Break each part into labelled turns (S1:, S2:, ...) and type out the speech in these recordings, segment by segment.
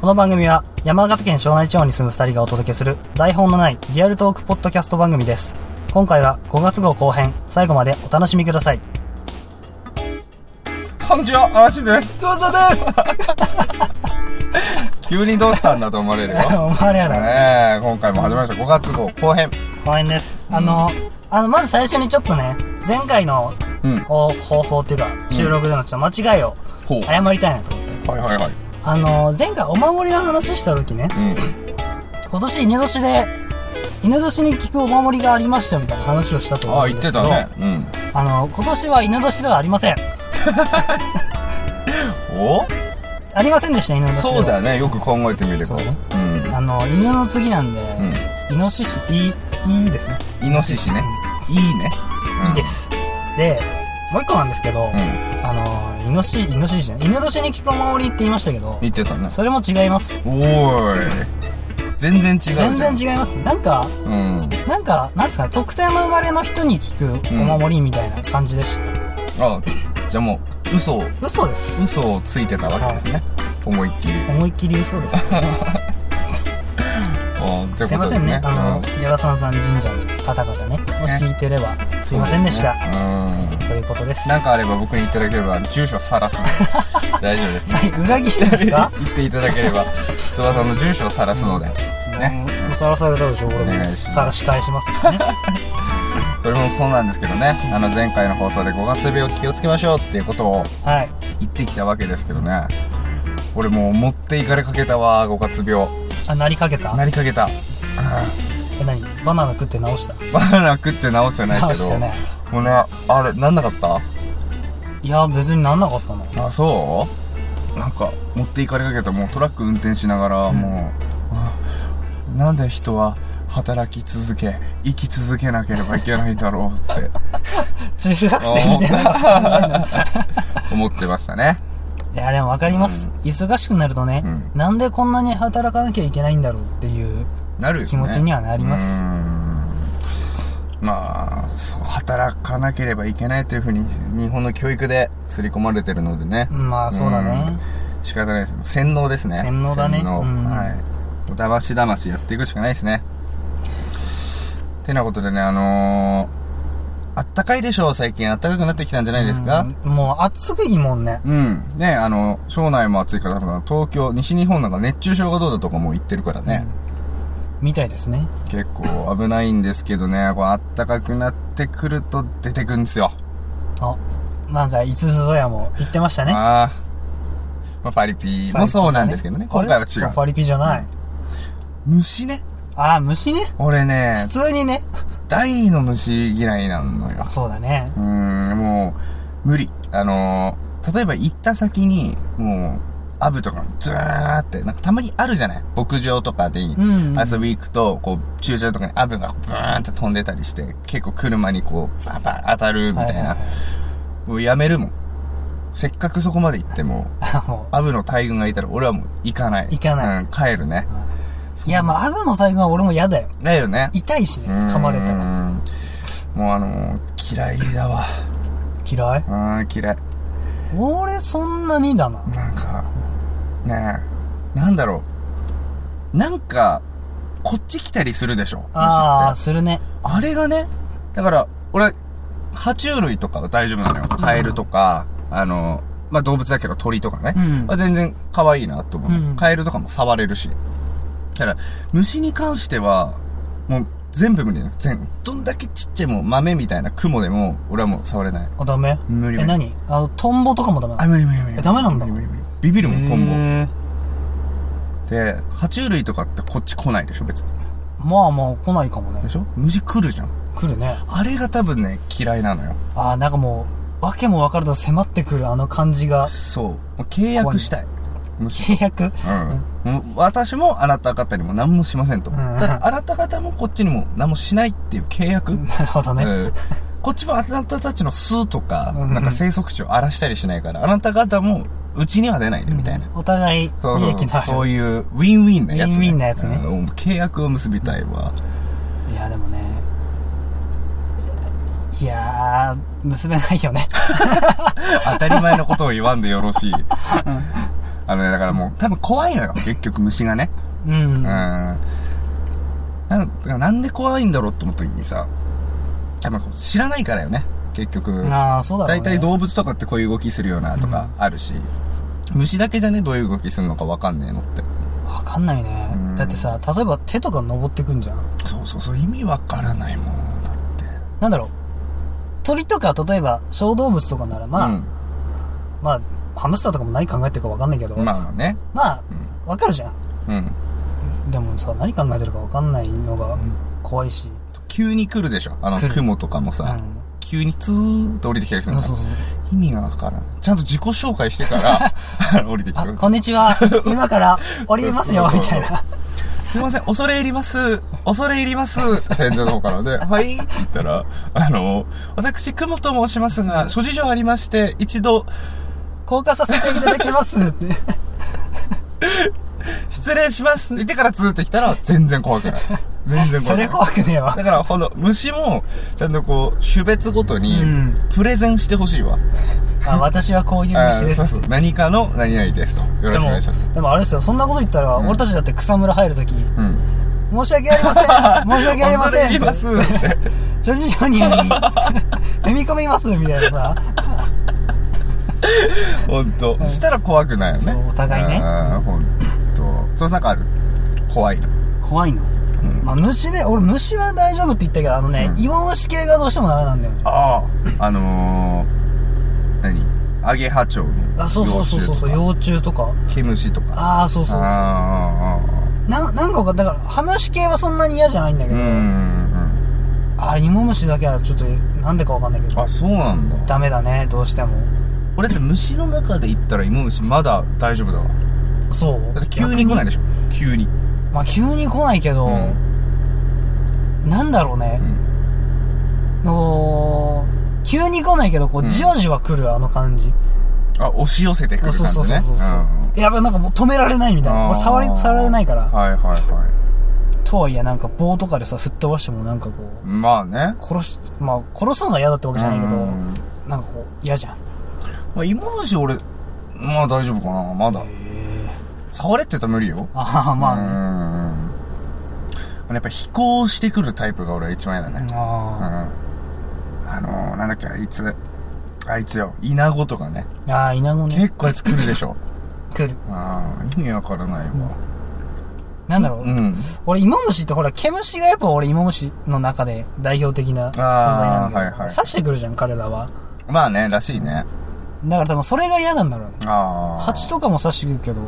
S1: この番組は山形県庄内地方に住む2人がお届けする台本のないリアルトークポッドキャスト番組です今回は5月号後編最後までお楽しみください
S2: こんにちは、嵐です。
S3: どうぞです
S2: 急にどうしたんだと思われるよ。ね
S1: お前やろ
S2: え、今回も始まりました。5月号後編。
S1: 後編ですあのあのまず最初にちょっとね前回の
S2: うん。
S1: 放放送っていうか収録でのちょっと間違いを
S2: ほう。
S1: 謝りたいなと思って
S2: はいはいはい。
S1: あの前回お守りの話した時ね
S2: うん。
S1: 今年犬年で犬年に効くお守りがありましたみたいな話をしたと
S2: あ
S1: 思
S2: あ、
S1: うん
S2: 言っ
S1: ですけ
S2: て
S1: ど
S2: たね。うん。
S1: あの今年は犬年ではありません
S2: お
S1: ありませんでした犬年では
S2: そうだね。よく考えてみれ
S1: そ
S2: ば。
S1: う
S2: う
S1: ねあの犬の次なんで、
S2: ん。
S1: イノシシいいいいですね
S2: うん。イノシシね。いいね。
S1: いいですでもう一個なんですけど、
S2: うん。
S1: あのイノシイノシシじゃない犬年に効くお守りって言いましたけど
S2: 言ってたね。
S1: それも違います
S2: おーい。全然違うじゃ
S1: 全
S2: ん。
S1: 然違いますなんか
S2: うん。
S1: なんかなんですかね特定の生まれの人に効くお守りみたいな感じでした、
S2: あ、じゃあもう、嘘を、
S1: 嘘です
S2: 嘘をついてたわけですね。思いっきり。
S1: 思いっきり嘘です
S2: あーという
S1: すい
S2: こ
S1: ま
S2: と
S1: せ
S2: で
S1: んね
S2: ね。
S1: あ
S2: う
S1: の
S2: ん
S1: ジャガサンさん神社の方々ねもし聞いてればすいませんでした
S2: そうすねうん。
S1: ということです
S2: なんかあれば僕にいただければ住所さらすので大丈夫ですね
S1: はい裏切るんですか
S2: 言っていただければ翼さんの住所をさらすのでね
S1: もうさらされたでしょ俺
S2: お願い
S1: も
S2: します
S1: さらし返しますから ね
S2: それもそうなんですけどねあの前回の放送で5月病気をつけましょうっていうことを
S1: はい
S2: 言ってきたわけですけどね俺もう持っていかれかけたわ5月病
S1: あなりかけた
S2: なりかけた
S1: え何バナナ食って直した
S2: バナナ食って直してない
S1: 直
S2: け
S1: した
S2: ど
S1: ね
S2: もうねあれなんなかった
S1: いや別になんなかったの
S2: あそうなんか持っていかれかけたもうトラック運転しながらもう、あなんで人は働き続け生き続けなければいけないんだろうって
S1: 中学生みたいな
S2: 思ってましたね
S1: いやでも分かります、忙しくなるとね、
S2: ん
S1: なんでこんなに働かなきゃいけないんだろうっていう
S2: なるよね
S1: 気持ちにはなります
S2: うーんまあそう働かなければいけないというふうに日本の教育で刷り込まれてるのでね、
S1: まあそうだね
S2: 仕方ないです洗脳ですね
S1: 洗脳だね
S2: 洗脳
S1: うん
S2: はいおだましだましやっていくしかないですねてなことでねあのー、あったかいでしょう最近あったかくなってきたんじゃないですか
S1: うんもう暑くいいもんね
S2: うん、ねあの省内も暑いから多分東京西日本なんか熱中症がどうだとかも言ってるからね、
S1: みたいですね
S2: 結構危ないんですけどねこうあったかくなってくると出てくんですよ
S1: あなんかいつぞやも言ってましたね
S2: ああまあパリピもそうなんですけどね今回は違
S1: うパ
S2: う
S1: リピじゃない、
S2: 虫ね
S1: ああ虫ね
S2: 俺ね
S1: 普通にね
S2: 大の虫嫌いなのよ。
S1: そうだね
S2: うーん、もう、無理。あのー、例えば行った先に、もう、アブとかずーって、なんかたまにあるじゃない牧場とかで
S1: んうん
S2: 遊び行くと、こう、駐車場とかにアブがブーンって飛んでたりして、結構車にこう、バンバン当たるみたい
S1: は
S2: な。
S1: いはい
S2: もうやめるもん。せっかくそこまで行っても、
S1: あも
S2: アブの大群がいたら俺はもう行かない。
S1: 行かない
S2: うん、帰るね。
S1: ういやまあアブの細工は俺も嫌だよ
S2: だよね。
S1: 痛いしね噛まれた
S2: うー
S1: ら
S2: んもうあのー、嫌いだわ。
S1: 嫌い
S2: あー嫌い
S1: 俺そんなにだな
S2: なんかねえなんだろうなんかこっち来たりするでしょ
S1: ああ
S2: 虫って
S1: するね
S2: あれがねだから俺爬虫類とかは大丈夫なのよカエルとか、あのまあ動物だけど鳥とかね、
S1: うん
S2: まあ全然可愛いなと思うの、
S1: うん
S2: カエルとかも触れるしだから虫に関してはもう全部無理だよ全どんだけちっちゃいもう豆みたいな雲でも俺はもう触れない
S1: あダメ
S2: 無理無理
S1: え何あのトンボとかもダメな
S2: あ
S1: の
S2: 無理無理無理
S1: えダメなんだ
S2: 無理無理無理ビビるもんトンボ、
S1: へー
S2: で爬虫類とかってこっち来ないでしょ別に
S1: まあまあ来ないかもね
S2: でしょ虫来るじゃん
S1: 来るね
S2: あれが多分ね嫌いなのよ
S1: ああなんかもう訳も分かると迫ってくるあの感じが
S2: そうもう契約したい虫
S1: 契約
S2: うん、もう私もあなた方にも何もしませんと、
S1: ん
S2: ただあなた方もこっちにも何もしないっていう契約、
S1: なるほどね、
S2: うんこっちもあなたたちの巣とか、
S1: うん
S2: なんか生息地を荒らしたりしないからあなた方もうちには出ないでみたいな、
S1: お互い利
S2: そうそう
S1: 益のある
S2: そういうウィンウィンなやつ、ね、
S1: ウィンウィンなやつね
S2: うん契約を結びたいわ、
S1: いやでもねいやー結べないよね
S2: 当たり前のことを言わんでよろしい。あのね、だからもう、多分怖いのよ、結局虫がね。
S1: うん。
S2: うん。なんだからなんで怖いんだろうって思った時にさ、多分こう知らないからよね、結局。
S1: ああ、そうだろう
S2: 大
S1: ね。
S2: 体動物とかってこういう動きするよなとかあるし、虫だけじゃね、どういう動きするのかわかんねえのって。
S1: わかんないね、
S2: うん
S1: だってさ例えば手とか登ってくんじゃん
S2: そうそうそう、意味わからないもん。だって。
S1: なんだろう鳥とか例えば小動物とかならまあ、
S2: うん
S1: まあハムスターとかも何考えてるかわかんないけど、
S2: ま
S1: まあ
S2: あまあね。
S1: わかるじゃん
S2: うん。
S1: でもさ何考えてるかわかんないのが怖いし、
S2: 急に来るでしょあの
S1: 来る
S2: 雲とか
S1: う
S2: も
S1: ん
S2: さ、急にツーって降りてきたりするの
S1: そう そう
S2: 意味がわからんちゃんと自己紹介してから 降りてきて
S1: あ
S2: くださ
S1: こんにちは今から降りますよ
S2: そう
S1: み
S2: そ
S1: た
S2: うそう
S1: いな
S2: いすいません恐れ入ります恐れ入ります天井の方 からで「はい」って言ったら「あの私雲と申しますが諸事情ありまして一度
S1: 降下させていただきます って
S2: 失礼します」って言ってからツーってきたら全然怖くない全 然怖くない
S1: それ怖くねえわ
S2: だから、ほんと、虫も、ちゃんとこう、種別ごとに
S1: うん、
S2: プレゼンしてほしいわ。
S1: あ私はこういう虫で
S2: あーそ
S1: す
S2: うそう何かの何々ですと。よろしくお願いします。
S1: でもあれですよそんなこと言ったら、俺たちだって草むら入るとき
S2: うん。
S1: 申し訳あり ません申し訳ありません
S2: 恐れ入りますって。
S1: 諸事情に 踏み込みますみたいなさ
S2: ほんと。したら怖くないよね。
S1: そうお互いね
S2: うん、ほんと。それなんかある怖いの。
S1: 怖いの、まあ、虫ね俺虫は大丈夫って言ったけどあのね、
S2: うん
S1: 芋虫系がどうしてもダメなんだよね
S2: ああ。あのー、何アゲハチョウの
S1: あそうそうそうそうそう
S2: 幼
S1: 幼虫とか
S2: 虫とか毛虫とか。
S1: ああそうそうな
S2: あ
S1: なんかわかんだからハムシ系はそんなに嫌じゃないんだけ
S2: ーあーあー。う
S1: ど、
S2: んうん
S1: ああ芋虫だけはちょっとなんでかわかんないけ
S2: うん。
S1: ど
S2: あ、そうなんだ。
S1: ダメだねどうしても
S2: 俺だって虫の中で言ったら芋虫まだ大丈夫だわ。
S1: そう
S2: だって急に来ないでしょ急に。
S1: まあ急に来ないけど、
S2: うん
S1: なんだろうね、の急に来ないけどこう、
S2: うん
S1: じわじわ来るあの感じ
S2: あ、押し寄せてくる
S1: そう
S2: 感
S1: そう
S2: じ
S1: そう
S2: ね。
S1: そうそう、
S2: ん
S1: やばいなんかもう止められないみたいな
S2: あー
S1: もう触り触られないから
S2: はいはいは
S1: とはいえなんか棒とかでさ吹っ飛ばしてもなんかこ
S2: い。
S1: う
S2: まあね。
S1: 殺しまあ殺すのが嫌だってわけじゃないけど
S2: うん
S1: なんかこう嫌じゃん
S2: まあ、芋虫俺、まあ大丈夫かな、まだ。触れってたら無理よ。
S1: ああまあね、
S2: うん。やっぱ飛行してくるタイプが俺は一番嫌だね。うん。
S1: あ
S2: あのー、なんだっけ、あいつ。あいつよ、イナゴとかね。
S1: ーあーイナゴね
S2: 結構あいつ来るでしょ。
S1: 来る
S2: うん。意味わからないわ。
S1: なんだろう、
S2: うん。
S1: 俺芋虫ってほら毛虫がやっぱ俺芋虫の中で代表的な存在なんだけど、
S2: あーはいはい
S1: 刺してくるじゃん彼らは
S2: まあね、らしいね。
S1: だから多分それが嫌なんだろうね
S2: ああ。
S1: 蜂とかも刺してくるけど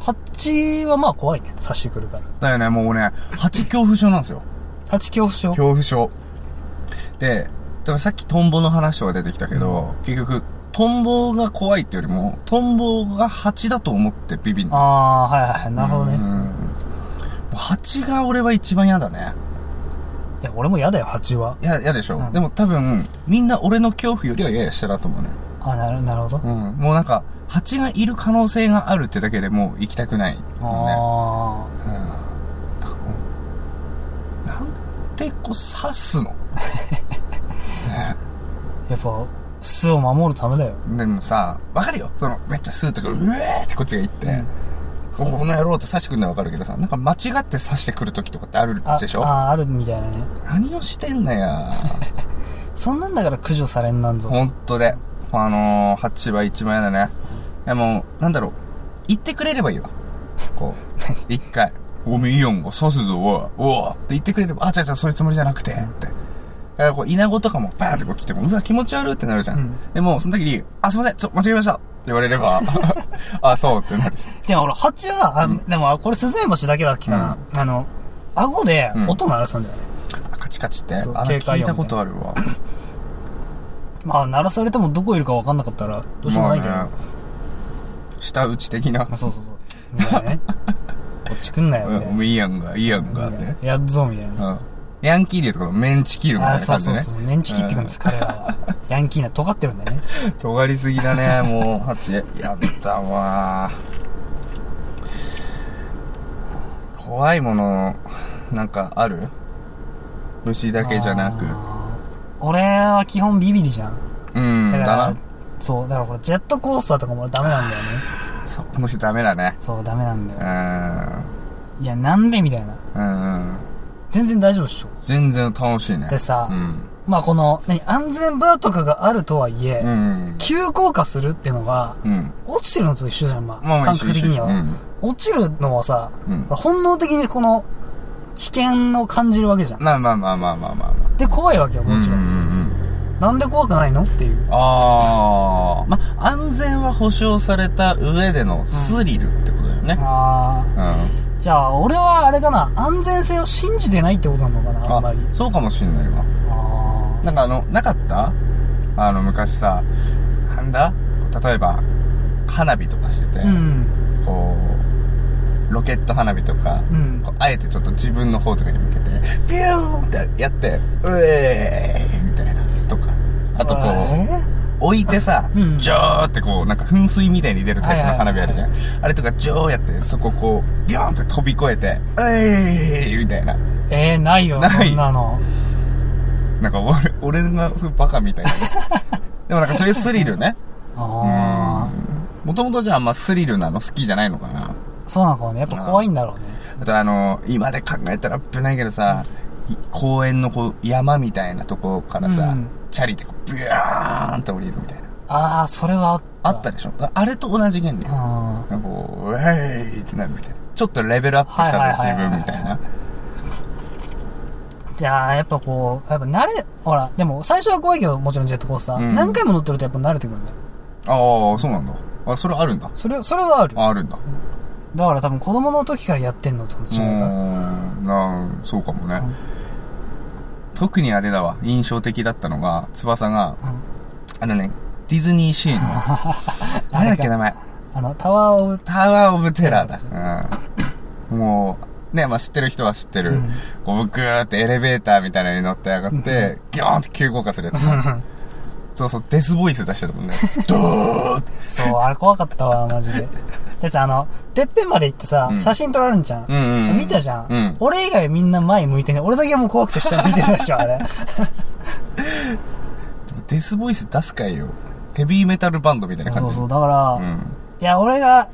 S1: 蜂はまあ怖いね刺してくるから
S2: だよね、もうね、蜂恐怖症なんですよ。
S1: 蜂恐怖症
S2: 恐怖症。で、だからさっきトンボの話は出てきたけど、結局、トンボが怖いってよりも、トンボが蜂だと思ってビビんの
S1: ああーはいはいはいなるほどね、
S2: うんもう蜂が俺は一番嫌だね。
S1: いや、俺も嫌だよ、蜂は。
S2: いや、嫌でしょ、
S1: うん
S2: でも多分、みんな俺の恐怖よりはやや下だと思うね。
S1: あ、なる、なるほど。
S2: うん。もうなんか、蜂がいる可能性があるってだけでもう行きたくない、ね。
S1: あ
S2: うん。だからなんでこう刺すの
S1: あ、やっぱ、巣を守るためだよ。
S2: でもさ、わかるよ。その、めっちゃスーッとか、うえーってこっちが行って、ここの野郎って刺してくるのはわかるけどさ、なんか間違って刺してくる時とかってある
S1: あ、
S2: でしょ
S1: ああ、あるみたいなね。
S2: 何をしてんのや。
S1: そんなんだから駆除されんなんぞ。
S2: ほんとで。あのー、蜂は一番嫌だね。いやもう、なんだろう。言ってくれればいいわ。こ う、一回。ごめんよんご、刺すぞ、おい、おい。って言ってくれれば、あ、違う違う、そういうつもりじゃなくて、って。だからこう、イナゴとかもバーンってこう来ても、うわ、気持ち悪いってなるじゃん。
S1: うん
S2: でも、その時に、あ、すいません、ちょ、間違えましたって言われ れば、あ、そうってなるし。
S1: でも俺、蜂は、あでも、これスズメバチだけだっけかな。あの、顎で
S2: うん
S1: 音鳴らすんだよね。
S2: カチカチって、あ
S1: そう
S2: の、
S1: 警戒音
S2: 聞いたことあるわ。
S1: まあ、鳴らされてもどこいるか分かんなかったら、どうしようもないけど。
S2: まあね舌打ち的な
S1: まあ、。そうそうそう。みたいなね。こっち来んなよ、みたい
S2: うん
S1: な。
S2: いいやんが、いいやんがって。
S1: やっぞ、みたいな。
S2: うん。ヤンキーでいうとこのメンチ切るみた
S1: あ、
S2: い
S1: そ
S2: な
S1: う
S2: 感じ
S1: そう
S2: ね。
S1: そう。メンチ切ってくんです、彼らは。ヤンキーな、尖ってるんだよね。
S2: 尖りすぎだ ね、もう、蜂。やったわ怖いもの、なんかある虫だけじゃなく。
S1: あー俺は基本ビビリじゃん。
S2: うん、
S1: だか
S2: だ
S1: ら
S2: な。
S1: そうだからこれジェットコースターとかも俺ダメなんだよね
S2: そう、この人ダメだね。
S1: そう、ダメなんだ
S2: う
S1: よ。
S2: ーん。
S1: いや、なんでみたいな。
S2: うんうん。
S1: 全然大丈夫っしょ。
S2: 全然楽しいね。
S1: でさ、
S2: うん。
S1: まあこの、何、安全バーとかがあるとはいえ、
S2: うん。
S1: 急降下するってのは、
S2: うん。
S1: 落ちてるのと一緒じゃん、まあ。
S2: まあまあ
S1: 感
S2: 一緒
S1: 覚
S2: 一
S1: 的
S2: 緒一
S1: に
S2: 緒。
S1: は。
S2: うん。
S1: 落ちるのはさ、
S2: うん
S1: 本能的にこの、危険を感じるわけじゃん。
S2: まあまあまあまあまあまあまあ。
S1: で、怖いわけよ、もちろん。
S2: うんうんうん。
S1: なんで怖くないのっていう。
S2: ああ、ま、安全は保証された上でのスリルってことだよね。
S1: あ
S2: うん。
S1: ー。じゃあ、俺はあれかな、安全性を信じてないってことなのかな、あんまり。
S2: そうかもしんないわ。
S1: あ
S2: なんかあの、なかったあの、昔さ、なんだ例えば、花火とかしてて、
S1: ー。うん。
S2: こう、ロケット花火とか、
S1: うん
S2: こうあえてちょっと自分の方とかに向けて、ビューンってやって、うえーみたいな、とか。あとこう、
S1: え
S2: 置いてさ、
S1: うん
S2: ジョーってこう、なんか噴水みたいに出るタイプの花火あるじゃん。あれとか、ジョーやって、そここう、ビョーンって飛び越えて、えーみたいな。
S1: ー、えー、ないよ、
S2: ない
S1: そんなの。
S2: なんか俺、俺がすごいバカみたいな。でもなんかそういうスリルね。
S1: あ
S2: もともとじゃああんまスリルなの好きじゃないのかな。
S1: ー。そうなのかもね。やっぱ怖いんだろうね。
S2: あとあの、今で考えたら危ないけどさ、い公園のこう、山みたいなとこからさ、
S1: うん
S2: チャリでこう、ビューンって降りるみたいな。
S1: あー、それは
S2: あ
S1: あ
S2: っ
S1: った
S2: でしょあれと同じ原理。
S1: た。うん。
S2: なんかこう、ウェーイってなるみたいな。ちょっとレベルアップしたぞ、
S1: はいはいはいはい
S2: 自分みたいな。
S1: じゃあ、やっぱこう、やっぱ慣れ、ほら、でも最初は怖いけど、もちろんジェットコースター。
S2: うん
S1: 何回も乗ってるとやっぱ慣れてくるんだよ。
S2: ああ、そうなんだ。あ、それあるんだ。
S1: それ、それはあるよ。
S2: ああるんだ。
S1: だから多分子供の時からやってんのとの
S2: うー
S1: 違いが。
S2: ん、なあそうかもね。
S1: うん
S2: 特にあれだわ、印象的だったのが、翼が、
S1: うん
S2: あのね、ディズニー シーの、なんだっけ名前、
S1: あの、タワーを打つ。
S2: タワーオブテラーだ。うん。もう、ね、まあ、知ってる人は知って
S1: う
S2: る。
S1: ん
S2: こう、ぐーってエレベーターみたいなのに乗って上がって、ギョーンって急降下するやつ。そうそう、デスボイス出して たもんね。ドーって。
S1: そう、あれ怖かったわ、マジで。でさ、あの、てっぺんまで行ってさ
S2: う、ん
S1: 写真撮られるんじゃ
S2: うん
S1: ん。
S2: うんうん。
S1: 見たじゃ
S2: うん
S1: ん。。俺以外みんな前向いてね。俺だけもう怖くて下向いてたでしょ、あれ。
S2: デスボイス出すかいよ。ヘビーメタルバンドみたいな感
S1: そう
S2: じ。
S1: そう、だから、
S2: うん。
S1: いや、俺が、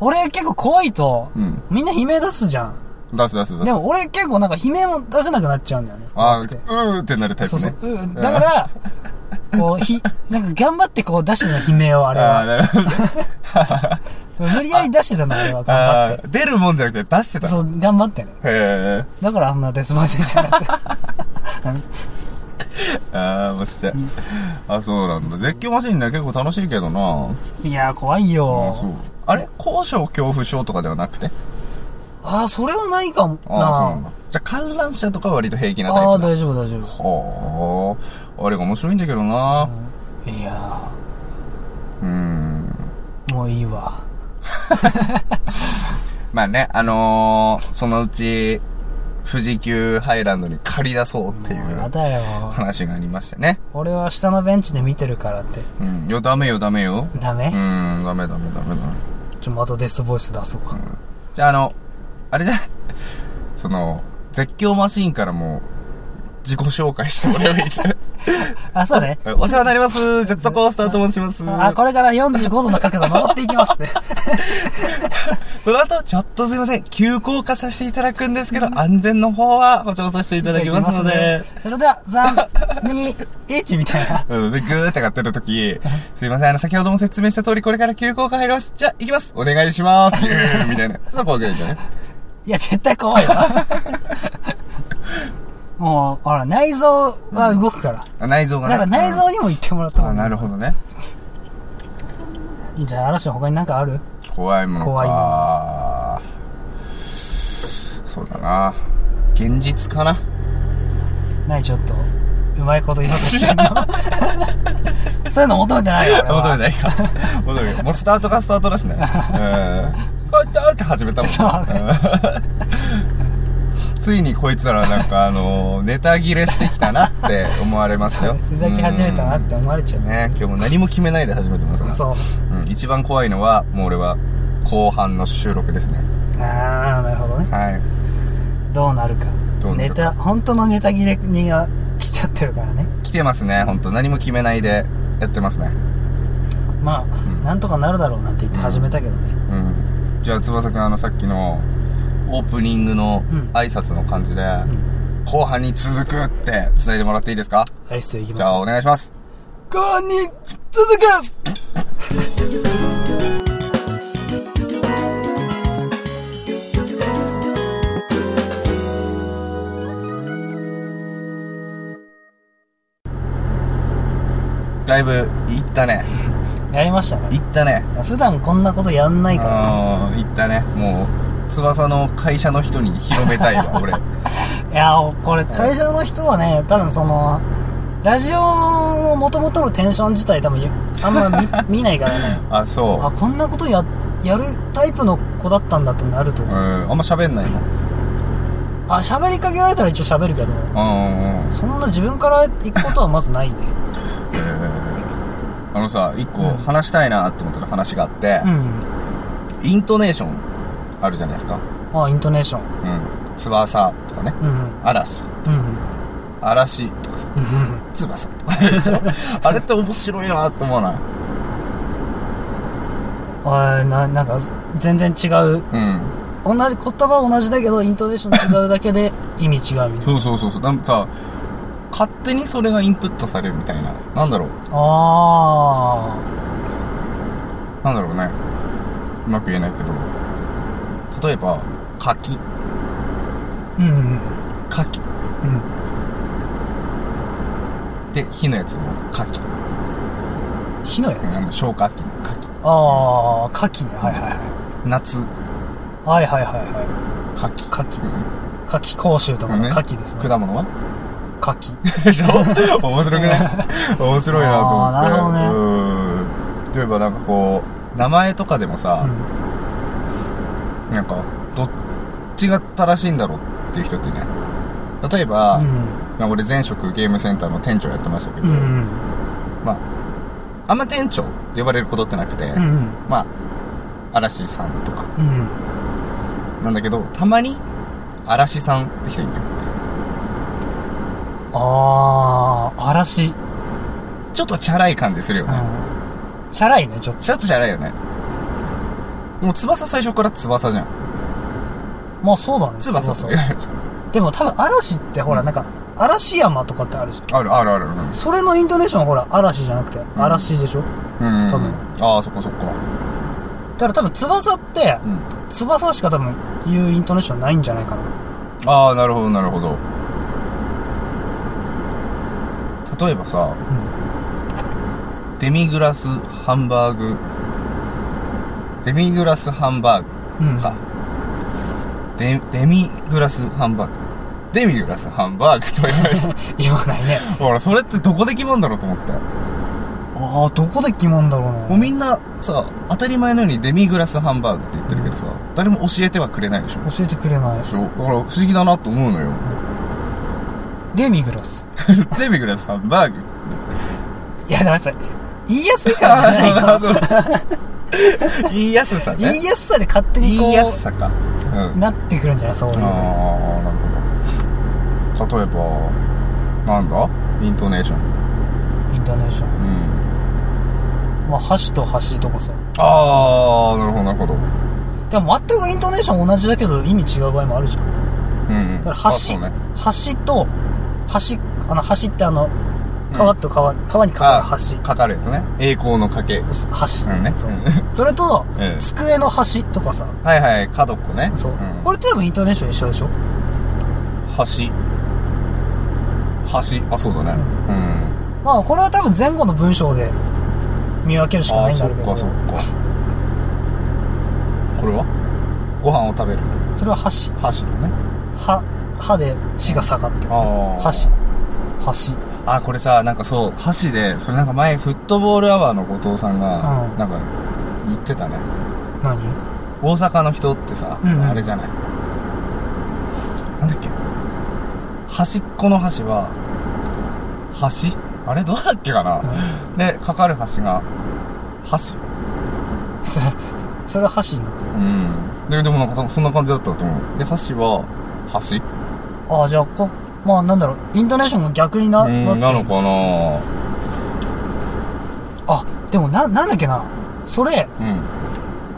S1: 俺結構怖いと、
S2: うん。
S1: みんな悲鳴出すじゃん。
S2: 出す出す出。
S1: ですも俺結構なんか悲鳴も出せなくなっちゃうんだよね。
S2: ああ、う
S1: 怖くて
S2: ーってなるタイ
S1: そ
S2: プ
S1: うそう
S2: ね。。
S1: うんだから、こう、ひ、なんか頑張ってこう出してたの悲鳴をあれ
S2: ああ、
S1: は。
S2: なるほど。
S1: 無理やり出してたのあれは頑張っ
S2: ああ、出るもんじゃなくて出して
S1: て。
S2: たの。
S1: そう、頑張ってね。
S2: へえ。
S1: だからあんなデスボイスみたいに なって。
S2: ああ、面白い。あ、そうなんだ。絶叫マシンね、結構楽しいけどな。
S1: いやー怖い
S2: あ
S1: よ
S2: そう。あれ高所恐怖症とかではなくて
S1: ああ、それはないかも。
S2: ああ、そうなん
S1: な
S2: だ。じゃあ観覧車とかは割と平気な
S1: あ
S2: タ
S1: あ
S2: イ
S1: ー、
S2: プだ。
S1: 大丈夫大丈夫。
S2: はあ。あれが面白いんだけどな。
S1: いや
S2: うん。
S1: ーもういいわ。
S2: まあね、あのー、そのうち、富士急ハイランドに借り出そうってい
S1: や
S2: う
S1: だよ。
S2: 話がありましてね。
S1: 俺は下のベンチで見てるからって。
S2: うん。よ、ダメよ、ダメよ。
S1: ダメ
S2: う、ん、ダメダメダメダメ。
S1: ちょ、またデスボイス出そうか。
S2: じゃあ、あの、あれじゃないその、絶叫マシーンからも、自己紹介してもらえばいいじゃ ん。
S1: あ、そうね。
S2: お世話になります。ジェットコースターと申します。
S1: あ、これから45度の角度登っていきますね。
S2: その後、ちょっとすいません。急降下させていただくんですけど、安全の方は保証さ せていただきますので。
S1: それでは、3、2、1みたいな。
S2: うん、で、ぐーって買ってる とき、すいません、あの、先ほども説明した通り、これから急降下入ります。じゃあ、行きますお願いしま すギューみたいな。そんな怖くないじゃね
S1: いや、絶対怖い わ。もう、ほら、内臓は動くから。
S2: あ内臓が
S1: だから内臓にも行ってもらった
S2: あ、
S1: 方が
S2: なるほどね。
S1: いい。じゃあ、嵐の他に何かある
S2: 怖いもの
S1: 怖いも
S2: か。そうだな。現実かな。
S1: ない、ちょっと。うまいこと言おうとしてるの。 そういうの求めてないよ、俺は
S2: 求めないか。求 めない。もうスタートがスタートだしね。うん。こうやって始めたも ん
S1: そうね
S2: うんついにこいつらはなんか、あの、ネタ切れしてきたなって思われますよ。
S1: ふざけ始めたな
S2: うん
S1: って思われちゃうね。
S2: ね、今日も何も決めないで始めてますが。
S1: そう。
S2: うん、一番怖いのは、もう俺は、後半の収録ですね。
S1: あー、なるほどね。
S2: はい。
S1: どうなるか。
S2: どうな
S1: ネ
S2: るか
S1: タ、本当のネタ切れにが来ちゃってるからね。
S2: 来てますね、ほんと。何も決めないでやってますね。
S1: まあ、なんとかなるだろうなって言って始めたけどね
S2: うんじゃあ翼くんあのさっきのオープニングの
S1: うん
S2: 挨拶の感じで、後半に続くって伝えてもらっていいですか
S1: はい失礼いき
S2: じゃあ
S1: ま
S2: お願いします後半に続くだいぶいったね
S1: すやりました
S2: い
S1: ね
S2: ったね
S1: 普段こんなことやんないから
S2: ああ、行ったね。もう、翼の会社の人に広めたいわ、俺。
S1: いやこれ会社の人はね多分そのラジオの元々のテンション自体多分あんま見見ないからね
S2: あ、そ
S1: あこんなことややるタイプの子だったんだってなると
S2: う。うん、あんま喋んないの。
S1: あ喋りかけられたら一応喋るけど
S2: うんうんうん。
S1: そんな自分から行くことはまずないね
S2: えー、あのさ、一個話したいなって思った話があって
S1: う、ん
S2: イントネーションあるじゃないですか。
S1: あイントネーション
S2: うん。翼とかね。
S1: うん
S2: 嵐。
S1: うん
S2: 嵐とかさ、
S1: うんうん
S2: 翼 とかあるでしょ。あれって面白いなって思わない
S1: あーななんか全然違う
S2: うん。
S1: 同じ言葉は同じだけどイントネーション違うだけ で意味違うみたいな
S2: そうそうそうそう。なんかさ、勝手にそれがインプットされるみたいな。なんだろう。
S1: あ
S2: なんだろうね。うまく言えないけど。例えば、
S1: あ
S2: 柿。
S1: うんうん
S2: 柿。
S1: うん
S2: で、火のやつも柿。
S1: 火のやつ
S2: あの消火器の柿。
S1: ああ牡蠣ねはいはいはい
S2: 夏、
S1: はいはいはいは
S2: 柿。
S1: 柿
S2: うん
S1: い牡蠣講習とかの
S2: ね
S1: 牡蠣ですね
S2: 果物は
S1: 牡蠣
S2: でしょ 面白くない面白いなと思
S1: あー
S2: って。
S1: なるほどね
S2: うん。例えばなんかこう、名前とかでもさ、
S1: う
S2: なんか、どっちが正しいんだろうっていう人ってね。例えば、
S1: ん
S2: まあ俺前職ゲームセンターの店長やってましたけ
S1: う
S2: ど、
S1: んうん
S2: まあ、あんま店長って呼ばれることってなくて、
S1: うんうん
S2: まあ、嵐さんとか
S1: うん
S2: なんだけど、たまに、嵐さんって人いる。
S1: ああ嵐
S2: ちょっとチャラい感じするよ
S1: う
S2: ね。
S1: んチャラいねちょっと
S2: ちょっとチャラいよね。もう翼最初から翼じゃん。
S1: まあそうだね
S2: 翼
S1: そうそ
S2: って
S1: う
S2: 言われるじゃ
S1: でも多分嵐ってほらなんか嵐山とかってあるじゃん
S2: んあるあるあるある。
S1: それのイントネーションはほら嵐じゃなくて嵐でしょ
S2: うん。
S1: 多分
S2: ああ、そっかそっか。
S1: だから多分翼って
S2: うん。
S1: 翼しか多分言うイントネーションないんじゃないかな
S2: ああ、なるほどなるほど。例えばさ、デミグラスハンバーグ。デミグラスハンバーグ。
S1: うん
S2: か。デデミグラスハンバーグ。デミグラスハンバーグとは言わないし。
S1: 言わないね
S2: ほら、それってどこで決まんだろうと思って。
S1: ああどこで疑問だろうね
S2: もうみんなさ、当たり前のようにデミグラスハンバーグって言ってるけどさ、誰も教えてはくれないでしょ。
S1: 教えてくれない
S2: でしょだから不思議だなと思うのよ。
S1: デミグラス
S2: デミグラスハンバ ーグ。
S1: いやでもやっぱり言いやすいから じゃないか
S2: ああ、そうだそうだ。言いやすさ
S1: 言
S2: ね。
S1: いやすさで勝手にこ
S2: 言いやす
S1: う
S2: さか。うん。あ
S1: なってくるんじゃないそうい
S2: あ、
S1: う
S2: なるほど。例えば、なんだイントネーション。
S1: イントネーション
S2: うん。
S1: まあ箸と箸とかさ
S2: ああ、なるほど、なるほど。
S1: でも全くイントネーション同じだけど意味違う場合もあるじゃん
S2: うん、うん。
S1: だから
S2: あ
S1: 箸、
S2: そうね。
S1: 箸と箸あの箸ってあの川と川、川にかかる箸
S2: あかかるやつね。栄光の賭け。
S1: 箸、
S2: うんね
S1: そう
S2: う
S1: それと、
S2: ええ
S1: 机の箸とかさ
S2: はいはい、角っこね。
S1: そう、
S2: ん
S1: これって多分イントネーション一緒でしょ
S2: 橋橋あそうだねうん
S1: まあこれは多分前後の文章で見分けるしか
S2: あ
S1: ないん
S2: そ
S1: だろ
S2: っ
S1: うけど
S2: かそっかこれはご飯を食べる
S1: それは箸
S2: 箸だね
S1: 歯歯で血が下がってる
S2: あ
S1: 箸箸
S2: あこれさなんかそう箸でそれなんか前フットボールアワーの後藤さんが、
S1: うん
S2: なんか言ってたね
S1: 何
S2: 大阪の人ってさ、
S1: うんうん
S2: あれじゃないなんだっけ端っこの箸は端あれどうだっけかな、でかかる箸が箸
S1: そそれは箸になってる
S2: うん。で、でもなんかそんな感じだったと思う。で、箸は、箸
S1: ああじゃあこまあなんだろうイントネーションが逆にな
S2: うん、
S1: な
S2: な
S1: って
S2: の
S1: る
S2: かな
S1: あでもな、なんだっけな。それ、
S2: うん。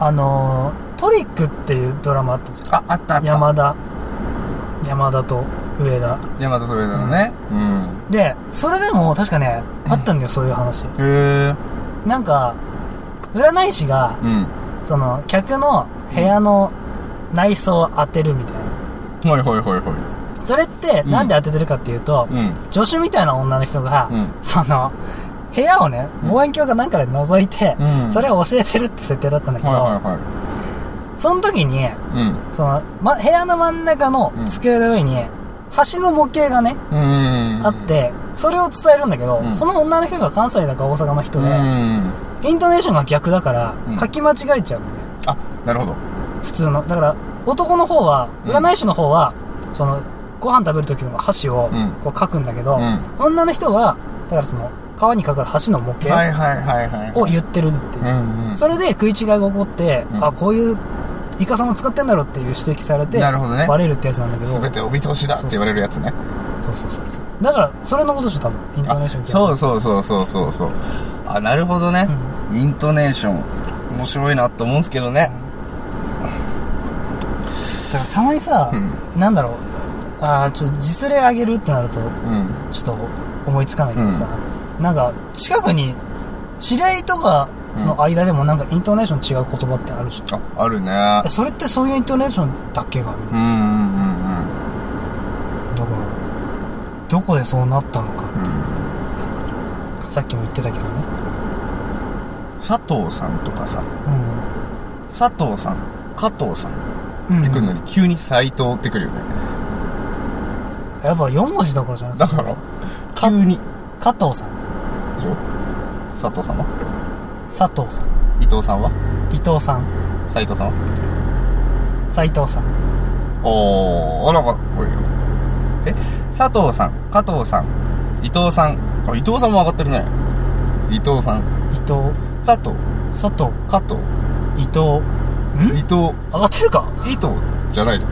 S1: あのートリックっていうドラマあったじゃ
S2: あ、あったあっ
S1: ん。
S2: た。
S1: 山田。山田と上田。
S2: 山田と上田のね。うん。
S1: で、それでも確かね、あったんだよ、そういう話。
S2: へえ。
S1: なんか、占い師が、
S2: うん。
S1: その、客の部屋の内装を当てるみたい
S2: ほいほいほいほい。
S1: な。それって、
S2: うん
S1: なんで当ててるかっていうと、
S2: うん。
S1: 助手みたいな女の人が、
S2: うん
S1: その、部屋をね、
S2: うん
S1: 望遠鏡かなんかで覗いて、
S2: うん
S1: それを教えてるって設定だったんだけど、
S2: はいは
S1: その時に、
S2: いはい。うん。
S1: その、ま、部屋の真ん中の
S2: うん
S1: 机の上に、橋の模型がね、
S2: うん。
S1: あって、それを伝えるんだけど、
S2: うん
S1: その女の人が関西だか大阪の人
S2: うん。
S1: で、イントネーションが逆だから
S2: うん、
S1: 書き間違えちゃうんだよ。
S2: あ、なるほど。
S1: 普通の。だから、男の方は、
S2: うん
S1: 占い師の方は、その、ご飯食べる時の箸を
S2: うん、
S1: こう書くんだけど、
S2: うん
S1: 女の人は、だからその、川にかかる橋の模
S2: は
S1: 型
S2: いはいはいはい。
S1: を言ってるっていう
S2: う。んうん。
S1: それで食い違いが起こって、
S2: うん
S1: あ、こういう、イカさんも使ってんだろっていう指摘されて、
S2: なるほどね
S1: バレるってやつなんだけど。
S2: すべてお見通しだって言われるやつね。
S1: そうそうそうそうだからそれのことでしょ多分イントネーション系
S2: そうそうそうそうそうそう。あ、なるほどね。イントネーション、面白いなと思うんすけどね。
S1: だからたまにさ、なんだろうあーちょっと実例あげるってなると
S2: うん。
S1: ちょっと思いつかないけどさ、なんか近くに知り合いとかの間でもなんかイントネーション違う言葉ってあるじゃん、
S2: あ、あるね
S1: え。それってそういうイントネーションだけがあるの
S2: うんうんうんうん。
S1: だからどこでそうなったのかっていう、さっきも言ってたけどね
S2: 佐藤さんとかさ、佐藤さん、加藤さんっ
S1: うん、うん、
S2: てくるのに急に斎藤ってくるよね。
S1: やっぱ4文字だからじゃないで
S2: だ
S1: すか
S2: から、急に。で
S1: 加藤さん
S2: しょ佐藤さんは
S1: 佐藤さん
S2: 伊藤さんは
S1: 伊藤さん
S2: 斎藤さんは
S1: 斉藤さん
S2: おー、あなんか、おいえ、佐藤さん、加藤さん、伊藤さん。あ、伊藤さんも上がってるね。伊藤さん、
S1: 伊藤
S2: 佐藤、
S1: 佐藤
S2: 加藤、
S1: 伊藤ん
S2: 伊藤、
S1: 上がってるか
S2: 伊藤じゃないじゃん。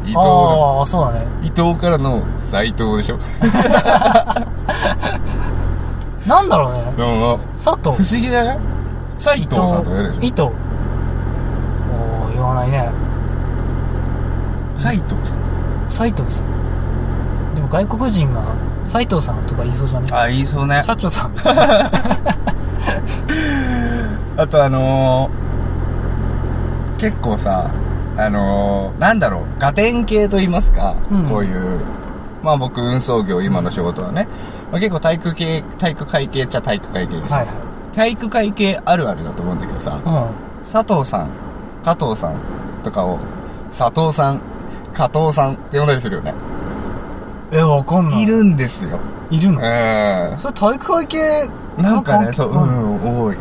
S2: 伊藤じゃん。
S1: ああそうだね
S2: 伊藤からの斎藤でしょ。
S1: なんだろうね
S2: うん、
S1: 佐藤
S2: 不思議だね。斎藤さんとかやるでしょ
S1: 伊。藤おお言わないね
S2: 斎藤さん
S1: 斉藤さんでも外国人が斉藤さんとか言いそうじゃね
S2: あ言いそうね
S1: 社長さん
S2: あとあのー、結構さあのー、なんだろうガテン系と言いますか、
S1: うん
S2: こういうまあ僕運送業今の仕事はね、まあ、結構体育系体育会系っちゃ体育会系 です、
S1: はい
S2: 体育会系あるあるだと思うんだけどさ
S1: う
S2: 佐藤さん加藤さんとかを佐藤さん加藤さんって呼んだりするよね、
S1: んえわかんない
S2: いるんですよ
S1: いる
S2: う
S1: の
S2: んな
S1: それ体育会系
S2: んかねそうう
S1: なん
S2: ん多い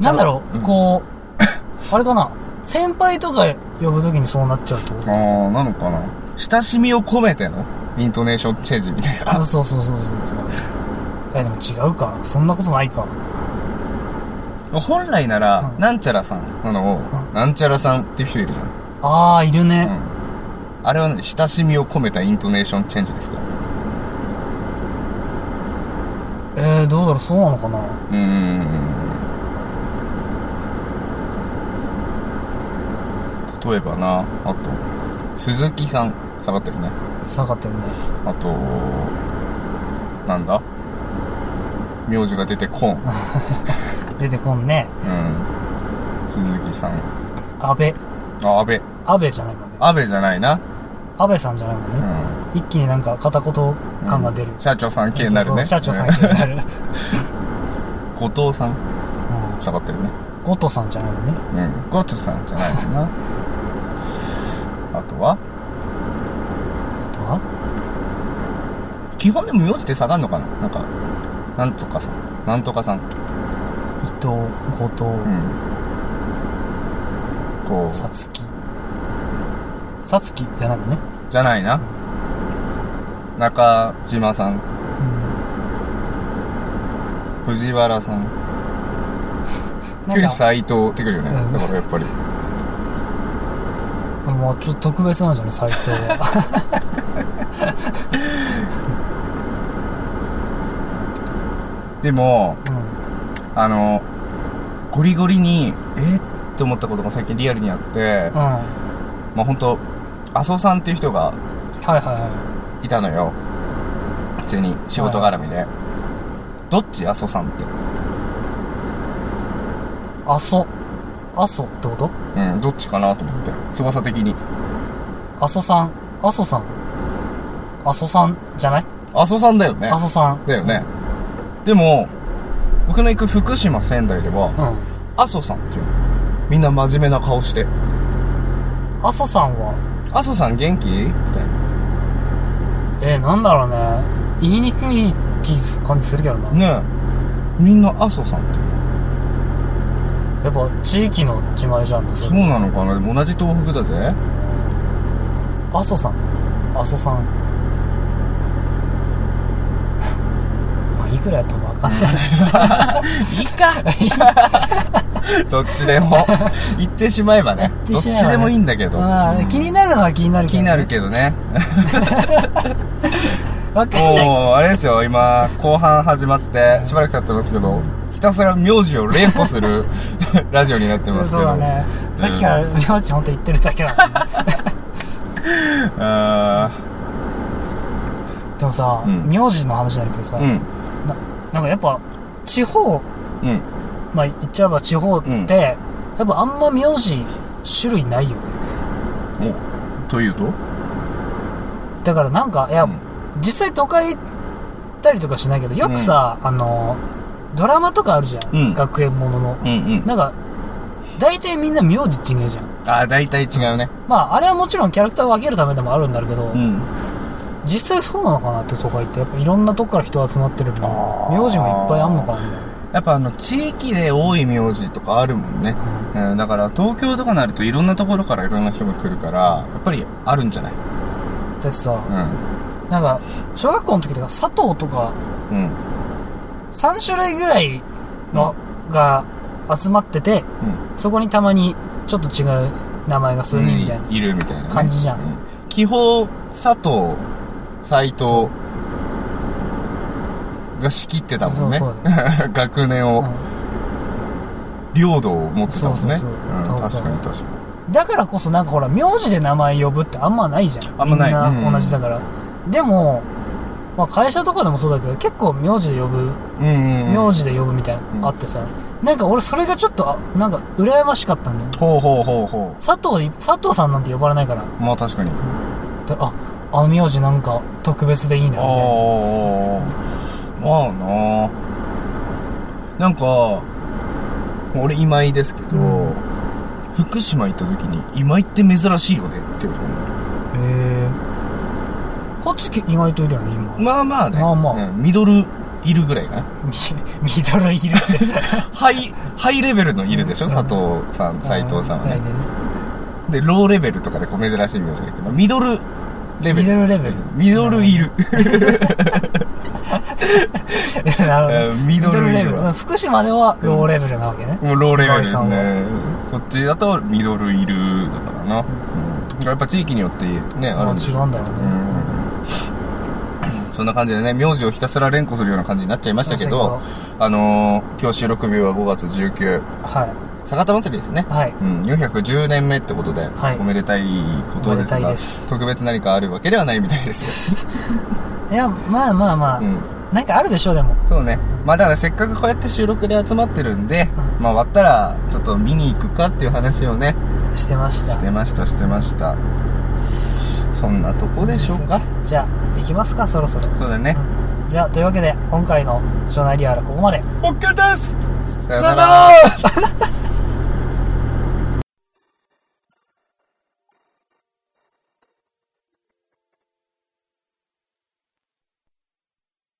S1: なんだろう
S2: うん
S1: こうあれかな先輩とか呼ぶときにそうなっちゃうってこと
S2: ああ、なのかな。親しみを込めてのイントネーションチェンジみたいな。
S1: そうそうそうそうそうえでも違うかそんなことないか
S2: 本来なら、
S1: うん
S2: なんちゃらさんなのを、
S1: う
S2: なんちゃらさんっていう人いるじ
S1: ああいる
S2: ゃん。
S1: ね、
S2: うん。あれは何親しみを込めたイントネーションチェンジですか
S1: えー、どうだろうそうなのかな
S2: うーん。例えばな、あと、鈴木さん、下がってるね。
S1: 下がってるね
S2: あと、なんだ名字が出てこん。うん。
S1: 出てこんね
S2: 鈴木さん。
S1: 安倍
S2: あ、安倍。
S1: 安倍じゃないもんね
S2: 安倍じゃないな。
S1: 安倍さんじゃないもん
S2: う
S1: ね、
S2: ん。
S1: 一気になんか片言感が出る、
S2: 社長さん系になるね
S1: そうそう社長さん系になる、
S2: うん 後藤さん
S1: う
S2: 下がってるね
S1: ん、ゴトさんじゃないもんね
S2: うんゴトさんじゃないかなあとは
S1: あとは
S2: 基本でも名字って下がんのかななんかなんとかさんなんとかさん
S1: 伊藤後藤
S2: うんこ
S1: さ
S2: う
S1: つきさつきじゃないもんね、
S2: じゃないな中島さん
S1: う
S2: 藤原さん
S1: ん、な
S2: 急に
S1: んか
S2: 斎藤ってくるよね、
S1: うん
S2: だからやっぱり
S1: もうちょっと特別なんじゃない斎藤 は
S2: でも、
S1: うん
S2: あの、ゴリゴリに、えって思ったことが最近リアルにあって、
S1: うんはい
S2: まあ本当麻生さんっていう人が
S1: はいはい
S2: たのよ。普通に仕事絡みで。どっち麻生さんって。
S1: い阿蘇阿蘇ってこと
S2: うん、どっちかなと思って。翼的に。
S1: 阿蘇さん阿蘇さん阿蘇さんじゃない
S2: 麻生さんだよね
S1: 阿。蘇さん
S2: だよね。でも、僕の行く福島、仙台では、
S1: うん
S2: 麻生さんっていう。みんな真面目な顔して。
S1: 阿蘇さんは
S2: 麻生さん元気みたい
S1: えー、なんだろうね言いにくい気す感じするけどな
S2: な。ねえ。みんな麻生さんって。
S1: やっぱ地域の違いじゃんね
S2: そ
S1: そうれ
S2: なのかなでも同じ東北だぜ。
S1: 阿蘇さん阿蘇さん まあいくらやってもわかんない
S2: いいかどっち でも。言ってしまえばね。
S1: 言
S2: どっ
S1: っ
S2: ち
S1: てしまえばね
S2: でもいいんだけど。
S1: まあ気になるのは気になるけど
S2: 気に
S1: ね、
S2: なるけどね。
S1: わかんない
S2: もう、あれですよ、今、後半始まって、しばらく経ってますけど、ひたすら名字を連呼 するラジオになってます
S1: そ
S2: けど。
S1: うだねさっきから名字ほんと言ってるだけなの
S2: あ
S1: でもさ、
S2: うん
S1: 名字の話になるけどさ、
S2: ーうん。
S1: ななんかやっぱ地方
S2: うん。
S1: まあ言っちゃえば地方って、
S2: うん
S1: やっぱあんま名字種類ないよね
S2: おというと
S1: だからなんかいや、
S2: うん
S1: 実際都会行ったりとかしないけどよくさ、あのドラマとかあるじゃん、
S2: うん
S1: 学園ものの
S2: うんうん。
S1: なんか大体みんな名字違えじゃん
S2: あー、大体違うね。
S1: まああれはもちろんキャラクターを分けるためでもあるんだろうけど、
S2: ん。
S1: 実際そうなのかなって都会ってやっぱいろんなとこから人集まってる分名
S2: あー
S1: 字もいっぱいあんのかなみたいな
S2: やっぱあの、地域で多い名字とかあるもんね。うん、だから東京とかになるといろんなところからいろんな人が来るから、やっぱりあるんじゃない
S1: だってさ、
S2: う
S1: なんか、小学校の時とか、佐藤とか、
S2: ん。うん。
S1: 3種類ぐらいの、が集まってて、
S2: う
S1: そこにたまにちょっと違う名前が数人みたいな。
S2: いるみたいな、ね。
S1: 感じじゃん
S2: う基本、佐藤、斎藤、が仕切ってたもんね。
S1: そうそう
S2: 学年
S1: う
S2: を
S1: ん、
S2: 領土を持ってたもんね。
S1: そうそう
S2: う
S1: そうそ
S2: ん
S1: う
S2: 確
S1: そう
S2: かに確かに。
S1: だからこそなんかほら、名字で名前呼ぶってあんまないじゃん。
S2: あんまない
S1: みん
S2: うん
S1: な同じだから。でも、まあ会社とかでもそうだけど、結構名字で呼ぶ、
S2: うんうん、うん。
S1: 名字で呼ぶみたいな、
S2: うん
S1: あってさ、なんか俺それがちょっと、あなんか羨ましかったんだよね。
S2: ほうほうほうほ
S1: 佐藤、佐藤さんなんて呼ばれないから。
S2: う。まあ確かに。
S1: であ、あの名字なんか特別でいいな、みたいな。
S2: ああ、まあななんか、俺今井ですけど、
S1: うん
S2: 福島行った時に今井って珍しいよねって思う。
S1: へえこっちけ意外といるよね今
S2: まあまあね。
S1: まあまあ
S2: うんミドルいるぐらいかな。
S1: ミ ミドルいるって
S2: ハイ、ハイレベルのいるでしょ
S1: うん
S2: 佐藤さん、斎藤さんは
S1: はい
S2: ね。で、ローレベルとかでこう珍しい名字だけど、ミドルレベ
S1: ミ
S2: ル。
S1: ドルレベル
S2: ミドルいる。
S1: なるほど
S2: うんミドルいる
S1: うん
S2: わ。
S1: 福島ではローレベルなわけね、
S2: もうローレベルです
S1: 岩井
S2: ね。こっちだとミドルいるだからな。うんやっぱ地域によってね、あ
S1: も
S2: る
S1: うん
S2: でし
S1: 違
S2: ょ
S1: うんだよ
S2: う
S1: ね、
S2: んそんな感じでね、名字をひたすら連呼するような感じになっちゃいましたけど
S1: なっち、
S2: あのー、今日収録日は5月19、
S1: はい
S2: 坂田祭りですね。
S1: はい
S2: うん、410年目ってことで、
S1: はい
S2: おめでたいことです
S1: おめでた
S2: が
S1: いです
S2: 特別何かあるわけではないみたいです
S1: い
S2: よ、
S1: やまあまあまあ、
S2: うん、
S1: なんかあるでしょうでも
S2: そうねまあだからせっかくこうやって収録で集まってるんで、まあ終わったらちょっと見に行くかっていう話をね
S1: してました
S2: してましたしてましたそんなとこでしょうか
S1: じゃあ行きますかそろそろ
S2: そうだね
S1: じゃあというわけで今回の「庄内リアル」はここまで
S2: OK ですさよ
S1: さよ
S2: な
S1: な
S2: ら
S1: ら